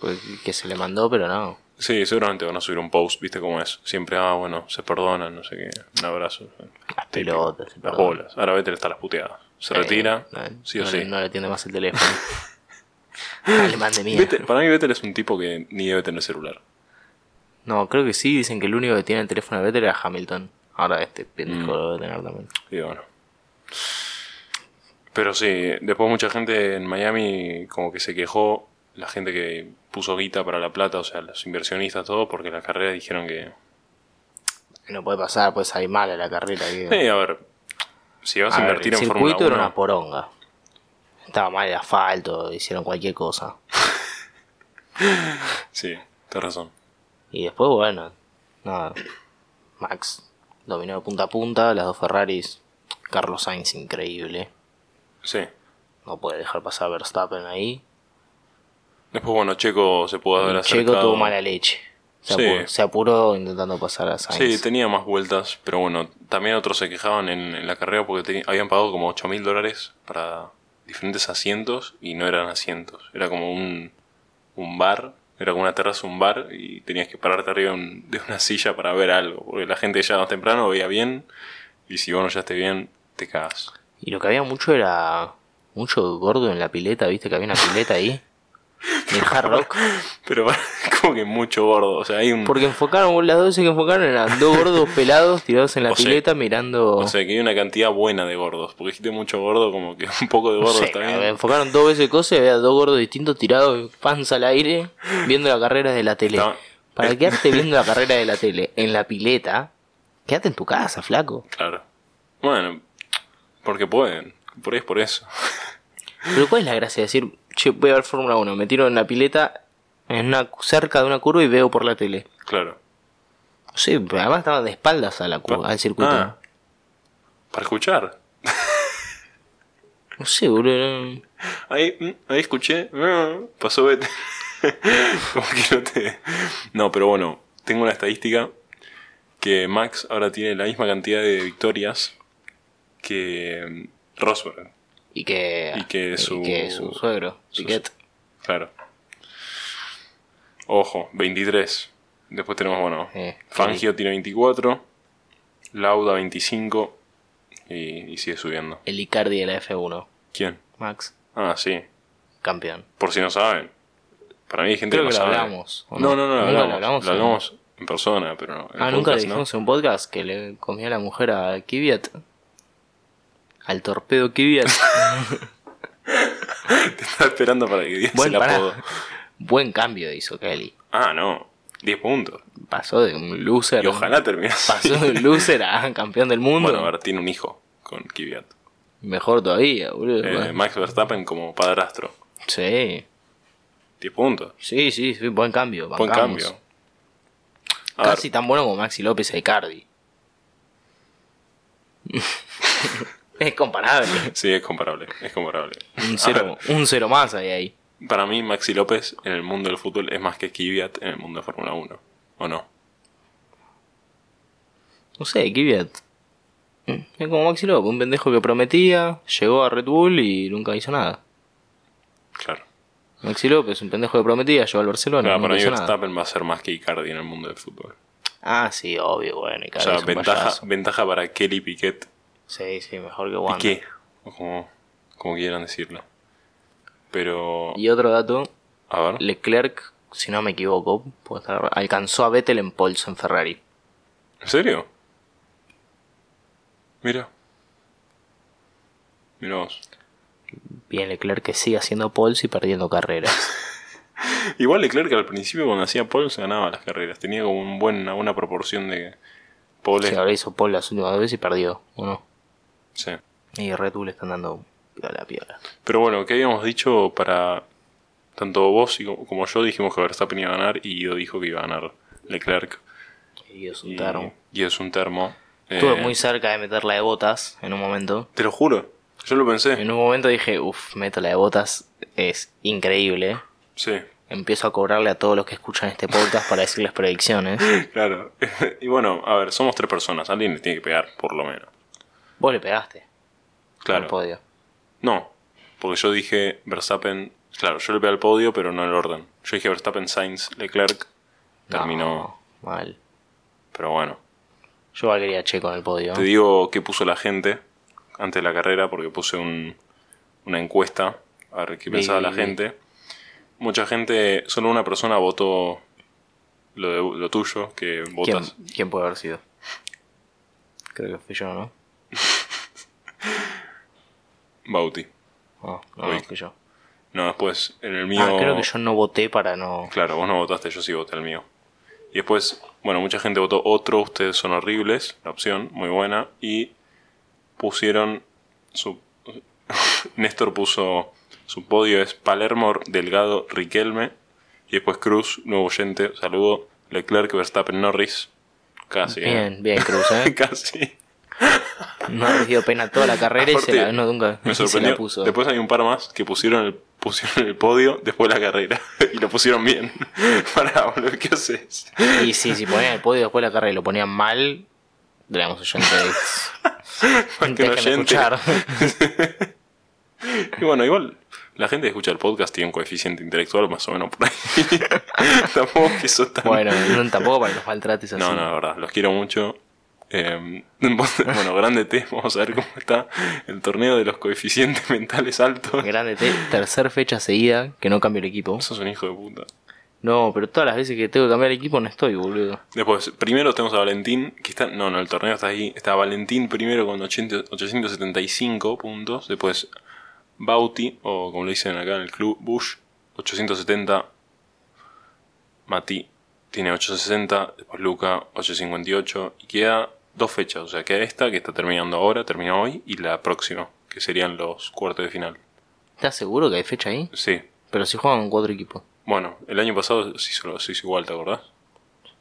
Speaker 6: Porque- Que se le mandó, pero no.
Speaker 5: Sí, seguramente van a subir un post, viste cómo es. Siempre, ah, bueno, se perdonan, no sé qué. Un abrazo.
Speaker 6: Las
Speaker 5: Típico.
Speaker 6: pelotas, se
Speaker 5: Las
Speaker 6: perdonan.
Speaker 5: bolas. Ahora Vettel está a las puteadas. Se retira,
Speaker 6: Eh, Ah. no,
Speaker 5: sí o
Speaker 6: no
Speaker 5: sí.
Speaker 6: le- No le atiende más el teléfono. Alemán de mierda.
Speaker 5: Vettel- para mí Vettel es un tipo que ni debe tener celular.
Speaker 6: No, creo que sí. Dicen que el único que tiene el teléfono de Vettel era Hamilton. Ahora este
Speaker 5: Mm.
Speaker 6: pendejo lo debe tener también.
Speaker 5: Y bueno. Pero sí, después mucha gente en Miami como que se quejó. La gente que puso guita para la plata, o sea, los inversionistas, todo, porque la carrera dijeron que...
Speaker 6: No puede pasar, puede salir mal a la carrera. digo.
Speaker 5: Eh, a ver, si vas a,
Speaker 6: A ver,
Speaker 5: invertir
Speaker 6: el
Speaker 5: en Fórmula
Speaker 6: circuito era
Speaker 5: 1...
Speaker 6: una poronga. Estaba mal el asfalto, hicieron cualquier cosa.
Speaker 5: Sí, tenés razón.
Speaker 6: Y después, bueno, nada. Max dominó de punta a punta, las dos Ferraris. Carlos Sainz, increíble.
Speaker 5: Sí.
Speaker 6: No puede dejar pasar a Verstappen ahí.
Speaker 5: Después, bueno, Checo se pudo haber acercado.
Speaker 6: Checo tuvo mala leche. Se,
Speaker 5: Sí.
Speaker 6: apuró, se apuró intentando pasar a Sainz.
Speaker 5: Sí, tenía más vueltas, pero bueno, también otros se quejaban en, en la carrera porque teni- habían pagado como 8 mil dólares para diferentes asientos y no eran asientos. Era como un, un bar, era como una terraza, un bar y tenías que pararte arriba de un- de una silla para ver algo. Porque la gente ya más temprano veía bien y si vos no ya esté bien, te cagas.
Speaker 6: Y lo que había mucho era. Mucho gordo en la pileta, viste que había una pileta ahí. El hard rock.
Speaker 5: Pero como que mucho gordo. O sea, hay un.
Speaker 6: Porque enfocaron, las dos que enfocaron eran dos gordos pelados tirados en la
Speaker 5: O sea-
Speaker 6: pileta mirando.
Speaker 5: O sea, que hay una cantidad buena de gordos. Porque dijiste mucho gordo, como que un poco de
Speaker 6: No
Speaker 5: gordo
Speaker 6: sé,
Speaker 5: está
Speaker 6: me
Speaker 5: bien.
Speaker 6: eh, enfocaron dos veces cosas y había dos gordos distintos tirados panza al aire viendo la carrera de la tele.
Speaker 5: No.
Speaker 6: Para quedarte viendo la carrera de la tele en la pileta, quédate en tu casa, flaco.
Speaker 5: Claro. Bueno, porque pueden. Por ahí es por eso.
Speaker 6: Pero ¿cuál es la gracia de decir, che, voy a ver Fórmula 1, me tiro en la pileta en una, cerca de una curva y veo por la tele?
Speaker 5: Claro.
Speaker 6: No sé, pero además estaba de espaldas a la curva, al circuito.
Speaker 5: Ah. para escuchar.
Speaker 6: No sé, boludo. no-
Speaker 5: Ahí, mm, ahí escuché. mm, Pasó vete. como que no te. No, pero bueno, tengo una estadística que Max ahora tiene la misma cantidad de victorias que mm, Rosberg.
Speaker 6: Y que,
Speaker 5: Y que su-
Speaker 6: que su suegro,
Speaker 5: su-
Speaker 6: Piquet.
Speaker 5: Claro. Ojo, 23. Después tenemos, bueno,
Speaker 6: Eh,
Speaker 5: Fangio tiene 24, Lauda 25 y, y sigue subiendo.
Speaker 6: El Icardi de la F1,
Speaker 5: ¿Quién?
Speaker 6: Max,
Speaker 5: Ah, sí.
Speaker 6: campeón.
Speaker 5: Por si no saben. Para mí hay gente
Speaker 6: Creo
Speaker 5: que no
Speaker 6: que lo
Speaker 5: sabe.
Speaker 6: hablamos, ¿o
Speaker 5: No,
Speaker 6: no?
Speaker 5: no, no, lo
Speaker 6: Nunca lo
Speaker 5: hablamos. Lo
Speaker 6: hablamos,
Speaker 5: hablamos,
Speaker 6: ¿o no?
Speaker 5: en persona, pero no. en
Speaker 6: Ah, nunca le
Speaker 5: podcast, ¿no?
Speaker 6: dijimos en un podcast que le comió la mujer a Kvyat. Al torpedo Kvyat.
Speaker 5: Te estaba esperando para que digas
Speaker 6: Buen,
Speaker 5: el
Speaker 6: pará.
Speaker 5: apodo.
Speaker 6: Buen cambio hizo Kelly.
Speaker 5: Ah, no. 10 puntos.
Speaker 6: Pasó de un loser.
Speaker 5: Y ojalá terminase.
Speaker 6: Pasó de un loser a campeón del mundo.
Speaker 5: Bueno, a ver, tiene un hijo con Kvyat.
Speaker 6: Mejor todavía, boludo.
Speaker 5: Eh,
Speaker 6: Bueno,
Speaker 5: Max Verstappen como padrastro.
Speaker 6: Sí,
Speaker 5: 10 puntos.
Speaker 6: sí, sí, sí, buen cambio.
Speaker 5: Buen
Speaker 6: bancamos.
Speaker 5: cambio. A ver,
Speaker 6: Casi tan bueno como Maxi López e Icardi. es comparable.
Speaker 5: Sí, es comparable, es comparable.
Speaker 6: Un
Speaker 5: A
Speaker 6: cero, un cero más hay ahí.
Speaker 5: ver, para mí, Maxi López en el mundo del fútbol es más que Kvyat en el mundo de Fórmula 1. ¿O no?
Speaker 6: No sé, Kvyat. Mm, Es como Maxi López, un pendejo que prometía, llegó a Red Bull y nunca hizo nada.
Speaker 5: Claro.
Speaker 6: Maxi López, un pendejo que prometía, llegó al Barcelona,
Speaker 5: Claro,
Speaker 6: nunca
Speaker 5: para mí
Speaker 6: hizo nada.
Speaker 5: Verstappen va a ser más que Icardi en el mundo del fútbol.
Speaker 6: Ah, sí, obvio, bueno, y
Speaker 5: O
Speaker 6: cada
Speaker 5: sea,
Speaker 6: vez un
Speaker 5: ventaja,
Speaker 6: payaso.
Speaker 5: ventaja para Kelly Piquet.
Speaker 6: Sí, sí, mejor que Wanda.
Speaker 5: Piqué. O como, como quieran decirlo. Pero...
Speaker 6: Y otro dato,
Speaker 5: A ver.
Speaker 6: Leclerc, si no me equivoco, puedo estar- alcanzó a Vettel en Polso en Ferrari.
Speaker 5: ¿En serio? Mira. Mira vos.
Speaker 6: Bien, Leclerc que sigue haciendo Polso y perdiendo carreras.
Speaker 5: Igual Leclerc al principio cuando hacía pole se ganaba las carreras. Tenía como un buen, una buena proporción de pole.
Speaker 6: Sí, ahora hizo Pole las últimas dos veces y perdió, ¿o no?
Speaker 5: Sí.
Speaker 6: Y Red Bull le están dando piola, piola.
Speaker 5: Pero bueno, ¿qué habíamos dicho para... Tanto vos y como como yo dijimos que Verstappen iba a ganar y Guido dijo que iba a ganar Leclerc.
Speaker 6: Y es un
Speaker 5: Y,
Speaker 6: tarro.
Speaker 5: y es un termo.
Speaker 6: Estuve
Speaker 5: Eh,
Speaker 6: muy cerca de meterla de botas en un momento.
Speaker 5: Te lo juro. Yo lo pensé.
Speaker 6: En un momento dije, uff, meto la de botas, es increíble.
Speaker 5: Sí,
Speaker 6: Empiezo a cobrarle a todos los que escuchan este podcast para decirles predicciones.
Speaker 5: claro. y bueno, a ver, somos tres personas. Alguien le tiene que pegar, por lo menos.
Speaker 6: Vos le pegaste.
Speaker 5: Claro.
Speaker 6: Al podio.
Speaker 5: No, porque yo dije Verstappen. Claro, yo le pegué al podio, pero no en el orden. Yo dije Verstappen, Sainz, Leclerc. Terminó.
Speaker 6: No, mal.
Speaker 5: Pero bueno.
Speaker 6: Yo igual quería Checo en el podio.
Speaker 5: Te digo qué puso la gente antes de la carrera, porque puse un- una encuesta a ver qué
Speaker 6: Vi,
Speaker 5: pensaba la
Speaker 6: vi.
Speaker 5: gente. Mucha gente, solo una persona votó lo, de- lo tuyo, que
Speaker 6: ¿Quién,
Speaker 5: votas.
Speaker 6: quién puede haber sido? Creo que fui yo, ¿no?
Speaker 5: Bauti.
Speaker 6: No, no,
Speaker 5: Uy.
Speaker 6: no fui yo.
Speaker 5: No, después en el mío.
Speaker 6: Ah, creo que yo no voté para no...
Speaker 5: Claro, vos no votaste, yo sí voté el mío. Y después, bueno, mucha gente votó otro, ustedes son horribles, la opción, muy buena. Y pusieron su. Néstor puso su podio es Palermo, Delgado, Riquelme. Y después Cruz, nuevo oyente, saludo. Leclerc, Verstappen, Norris. Casi. ¿eh?
Speaker 6: Bien, bien, Cruz, ¿eh?
Speaker 5: Casi.
Speaker 6: No ha dio pena toda la carrera y se la,
Speaker 5: Aparte,
Speaker 6: no, nunca
Speaker 5: Me
Speaker 6: y se la
Speaker 5: sorprendió.
Speaker 6: puso.
Speaker 5: Después hay un par más que pusieron el, pusieron el podio después de la carrera. y lo pusieron bien. Pará, boludo, ¿qué haces?
Speaker 6: Y sí, si ponían el podio después de la carrera y lo ponían mal, digamos, oyentes.
Speaker 5: Más que un
Speaker 6: Déjenme
Speaker 5: oyente.
Speaker 6: escuchar.
Speaker 5: Y bueno, igual la gente que escucha el podcast tiene un coeficiente intelectual más o menos por ahí. Tampoco que eso tan...
Speaker 6: Bueno, no, tampoco para que los maltrates así.
Speaker 5: no, no, la verdad, los quiero mucho. Eh, bueno, grande T, vamos a ver cómo está el torneo de los coeficientes mentales altos.
Speaker 6: Grande T, tercer fecha seguida que no cambio el equipo.
Speaker 5: Eso es un hijo de puta.
Speaker 6: No, pero todas las veces que tengo que cambiar el equipo no estoy, boludo.
Speaker 5: Después, primero tenemos a Valentín, que está. No, no, el torneo está ahí. Está Valentín primero con 80 875 puntos. Después, Bauti, o como le dicen acá en el club, Bush, 870. Mati tiene 860. Después, Luca, 858. Y queda dos fechas. O sea, queda esta, que está terminando ahora, termina hoy, y la próxima, que serían los cuartos de final.
Speaker 6: ¿Estás seguro que hay fecha ahí?
Speaker 5: Sí.
Speaker 6: Pero si juegan cuatro equipos.
Speaker 5: Bueno, el año pasado se hizo, se hizo igual, ¿te acordás?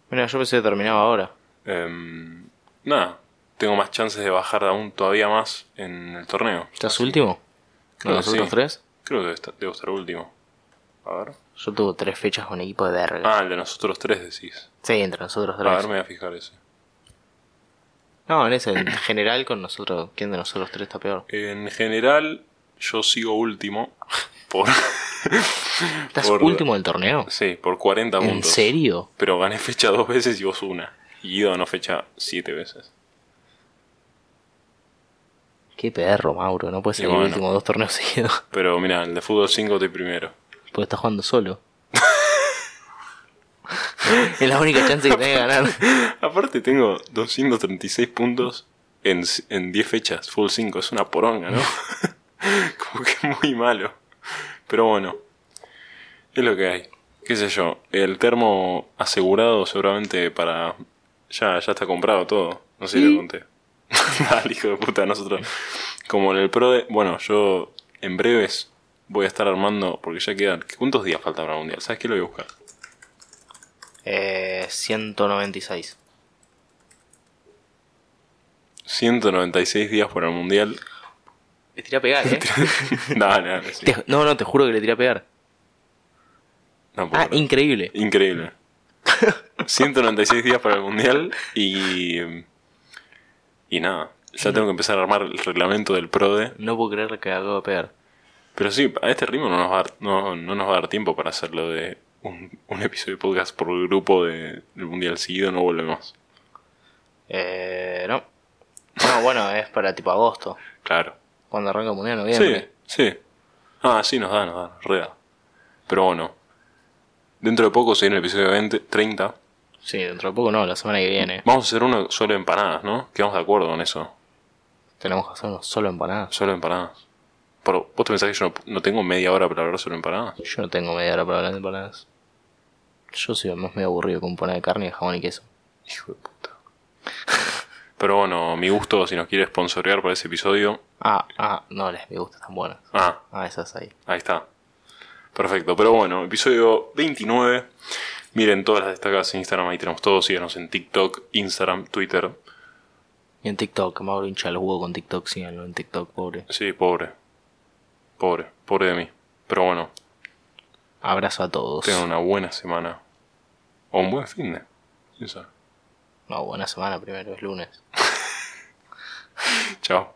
Speaker 6: Mira, yo pensé que terminaba ahora.
Speaker 5: Em, nada, tengo más chances de bajar aún todavía más en el torneo.
Speaker 6: ¿Estás último? ¿Con
Speaker 5: Ah, que
Speaker 6: los
Speaker 5: sí.
Speaker 6: otros tres?
Speaker 5: Creo que debe estar- debo estar último. A ver.
Speaker 6: Yo tuve tres fechas con equipo de verga.
Speaker 5: Ah, el de nosotros tres decís.
Speaker 6: Sí, entre nosotros
Speaker 5: A ver,
Speaker 6: tres.
Speaker 5: me voy a fijar ese.
Speaker 6: No, en ese, en general con nosotros. ¿Quién de nosotros tres está peor?
Speaker 5: En general, yo sigo último. Por,
Speaker 6: ¿Estás
Speaker 5: Por-
Speaker 6: último del torneo?
Speaker 5: sí, por 40
Speaker 6: ¿En
Speaker 5: puntos.
Speaker 6: serio?
Speaker 5: Pero gané fecha dos veces y vos una. Y Guido ganó fecha siete veces.
Speaker 6: Qué perro, Mauro. No puede ser
Speaker 5: Y
Speaker 6: el
Speaker 5: bueno.
Speaker 6: último dos torneos seguidos.
Speaker 5: Pero mira, el de fútbol 5 estoy primero.
Speaker 6: Porque estás jugando solo. es la única chance que tenés de ganar.
Speaker 5: Aparte tengo 236 puntos en, en 10 fechas, full 5, es una poronga, ¿no? Como que muy malo. Pero bueno, es lo que hay. Qué sé yo, el termo asegurado seguramente para... Ya, ya está comprado todo, no sé si te conté. Dale, hijo de puta, nosotros... Como en el pro de... Bueno, yo en breves voy a estar armando, porque ya quedan... ¿Cuántos días falta para el mundial? ¿Sabes qué lo voy a buscar?
Speaker 6: Eh, 196.
Speaker 5: 196 días para el mundial.
Speaker 6: Le tiré a pegar, ¿eh?
Speaker 5: no, no, no, sí.
Speaker 6: Te- no, no, te juro que le tiré a pegar.
Speaker 5: No puedo
Speaker 6: Ah,
Speaker 5: creer.
Speaker 6: increíble.
Speaker 5: Increíble. 196 días para el mundial y. Y nada. Ya tengo que empezar a armar el reglamento del PRODE.
Speaker 6: No puedo creer que acabo de pegar.
Speaker 5: Pero sí, a este ritmo no nos va a dar, no, no nos va a dar tiempo para hacerlo de un, un episodio de podcast por grupo de- del mundial seguido. No volvemos.
Speaker 6: Eh, no. No, bueno, es para tipo agosto.
Speaker 5: Claro.
Speaker 6: Cuando arranca el mundial,
Speaker 5: Sí,
Speaker 6: noviembre.
Speaker 5: sí. Ah, sí, nos da, nos da, nos re da. Pero bueno. Dentro de poco se viene el episodio 20, 30.
Speaker 6: Sí. dentro de poco no, la semana que viene.
Speaker 5: Vamos a hacer uno solo de empanadas, ¿no? Quedamos de acuerdo con eso.
Speaker 6: Tenemos que hacernos solo empanadas.
Speaker 5: Solo empanadas. Pero, ¿Vos te pensás que yo no, no tengo media hora para hablar solo empanadas?
Speaker 6: Yo no tengo media hora para hablar de empanadas. Yo soy el más medio aburrido con empanada de carne, jabón y queso.
Speaker 5: Hijo de puta. Pero bueno, mi gusto, si nos quiere sponsorear para ese episodio.
Speaker 6: Ah, ah, no, les me gustan tan buenas.
Speaker 5: Ah,
Speaker 6: Ah, esas ahí.
Speaker 5: ahí está. Perfecto. Pero bueno, episodio 29. Miren todas las destacadas en Instagram, ahí tenemos todo. Síganos en TikTok, Instagram, Twitter.
Speaker 6: Y en TikTok, Mauro hincha el juego con TikTok, síganlo en TikTok, pobre.
Speaker 5: Sí, pobre. Pobre, pobre de mí. Pero bueno,
Speaker 6: Abrazo a todos.
Speaker 5: tengan una buena semana. O un buen fin de. ¿Quién sabe?
Speaker 6: No, buena semana primero, es lunes.
Speaker 5: Chao.